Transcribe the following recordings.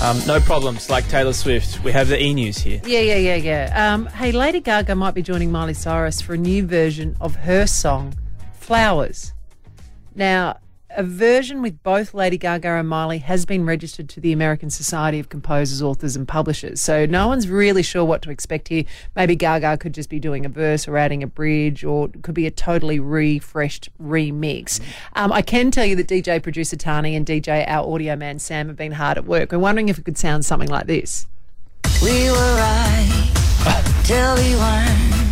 Um, no problems, like Taylor Swift. We have the e news here. Yeah, yeah, yeah, yeah. Um, hey, Lady Gaga might be joining Miley Cyrus for a new version of her song, Flowers. Now, a version with both Lady Gaga and Miley has been registered to the American Society of Composers, Authors and Publishers. So no one's really sure what to expect here. Maybe Gaga could just be doing a verse or adding a bridge or it could be a totally refreshed remix. Um, I can tell you that DJ producer Tani and DJ our audio man Sam have been hard at work. We're wondering if it could sound something like this. We were right till we weren't.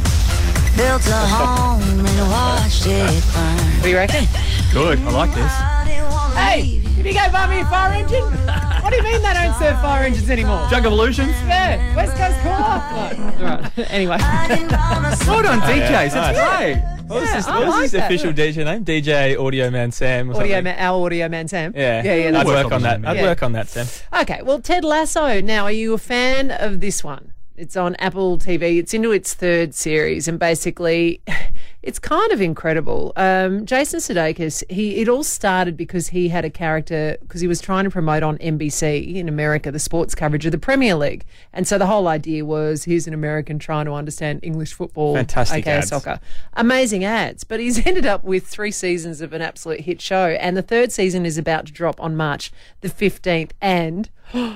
Built a home and watched it burn. What do you reckon? Good. I like this. Hey, if you go buy me a fire engine, what do you mean they don't serve fire engines anymore? Jug Evolutions? Yeah, West Coast Call. No. All right. Anyway. Hold on, DJs. yeah. That's great. What was Yeah, his, I what was like his that. official DJ name? DJ Audio Man Sam. Or Audio something. man, our audio man Sam. Yeah, yeah, yeah. I'd That's work, work on on that. his I'd name. work on that, Sam. Okay, well, Ted Lasso. Now, are you a fan of this one? It's on Apple TV. It's into its third series, and basically, it's kind of incredible. Um, Jason Sudeikis. He it all started because he had a character because he was trying to promote on NBC in America the sports coverage of the Premier League, and so the whole idea was here's an American trying to understand English football, Fantastic aka ads. soccer, amazing ads. But he's ended up with three seasons of an absolute hit show, and the third season is about to drop on March the fifteenth, and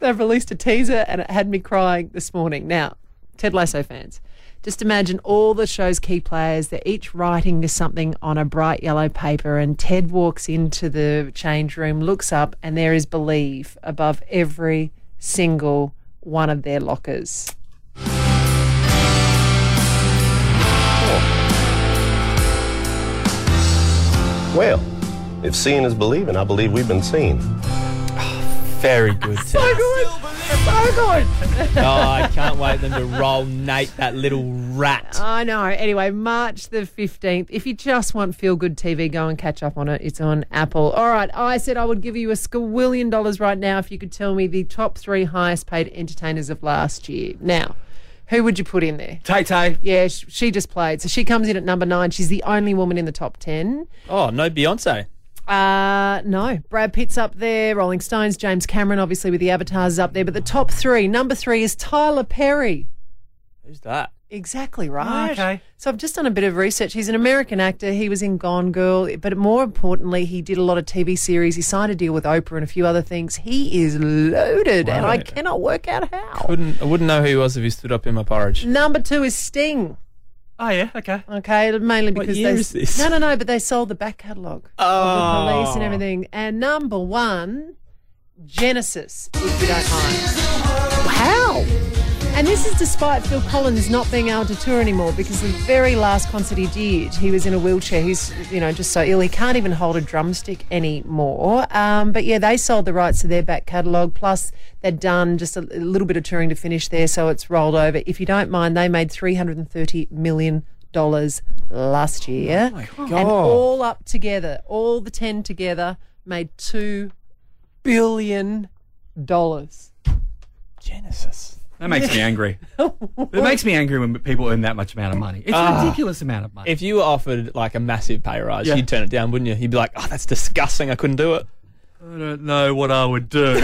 They've released a teaser and it had me crying this morning. Now, Ted Lasso fans, just imagine all the show's key players. They're each writing to something on a bright yellow paper, and Ted walks into the change room, looks up, and there is believe above every single one of their lockers. Well, if seeing is believing, I believe we've been seen. Very good. Sam. good. So good. oh, I can't wait them to roll Nate, that little rat. I know. Anyway, March the 15th. If you just want feel good TV, go and catch up on it. It's on Apple. All right. I said I would give you a squillion dollars right now if you could tell me the top three highest paid entertainers of last year. Now, who would you put in there? Tay Tay. Yeah, sh- she just played. So she comes in at number nine. She's the only woman in the top 10. Oh, no Beyonce. Uh, no. Brad Pitt's up there, Rolling Stones, James Cameron, obviously, with the avatars is up there. But the top three, number three is Tyler Perry. Who's that? Oh, Exactly right. okay. So I've just done a bit of research. He's an American actor. He was in Gone Girl, but more importantly, he did a lot of TV series. He signed a deal with Oprah and a few other things. He is loaded, and I cannot work out how. Wouldn't I wouldn't know who he was if he stood up in my porridge. Number two is Sting. Oh, yeah, okay. Okay, mainly because year they is this? Oh. no, no, no, but they sold the back catalogue of the police and everything. And number one, Genesis. If you don't mind, wow. And this is despite Phil Collins not being able to tour anymore because the very last concert he did, he was in a wheelchair. He's, you know, just so ill. He can't even hold a drumstick anymore. Um, but yeah, they sold the rights to their back catalogue. Plus, they'd done just a, a little bit of touring to finish there, so it's rolled over. If you don't mind, they made $330 million last year. And all up together, all the 10 together, made $2 billion. Genesis. That makes me angry. it makes me angry when people earn that much amount of money. It's a ridiculous amount of money. If you were offered like a massive pay rise, Yeah. you'd turn it down, wouldn't you? You'd be like, "Oh, that's disgusting. I couldn't do it." I don't know what I would do.